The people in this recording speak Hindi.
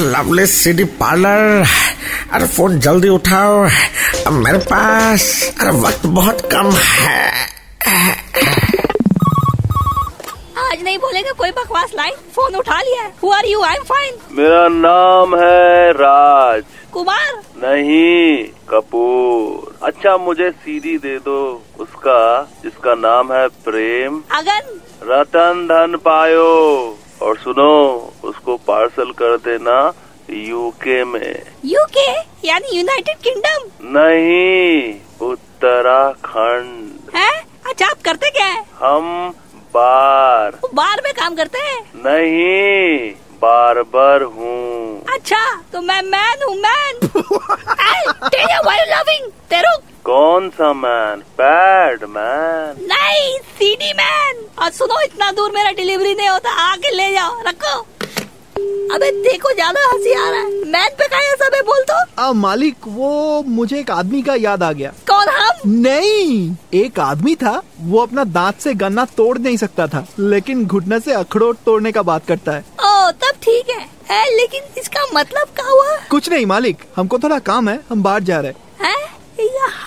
लवली सिटी पार्लर अरे फोन जल्दी उठाओ अब मेरे पास अरे वक्त बहुत कम है आज नहीं बोलेगा कोई बकवास लाइन फोन उठा लिया है who are you I am fine मेरा नाम है राज कुमार नहीं कपूर अच्छा मुझे सीडी दे दो उसका जिसका नाम है प्रेम अगन रतन धन पायो और सुनो उसको पार्सल कर देना यूके में यूके यानी यूनाइटेड किंगडम नहीं उत्तराखंड है अच्छा आप करते क्या है हम बार वो बार में काम करते हैं नहीं बारबर हूँ अच्छा तो मैं मैन हूँ मैन लविंग तेरू कौन सा मैन बैड मैन नहीं सीडी मैन और सुनो इतना दूर मेरा डिलीवरी नहीं होता आके ले जाओ रखो अबे देखो ज्यादा हंसी आ रहा है मैन पे का ऐसा मैं बोल तो आ, मालिक वो मुझे एक आदमी का याद आ गया कौन हम नहीं एक आदमी था वो अपना दांत से गन्ना तोड़ नहीं सकता था लेकिन घुटने से अखरोट तोड़ने का बात करता है ओ तब ठीक है, है लेकिन इसका मतलब क्या हुआ कुछ नहीं मालिक हमको थोड़ा काम है हम बाहर जा रहे हैं है ये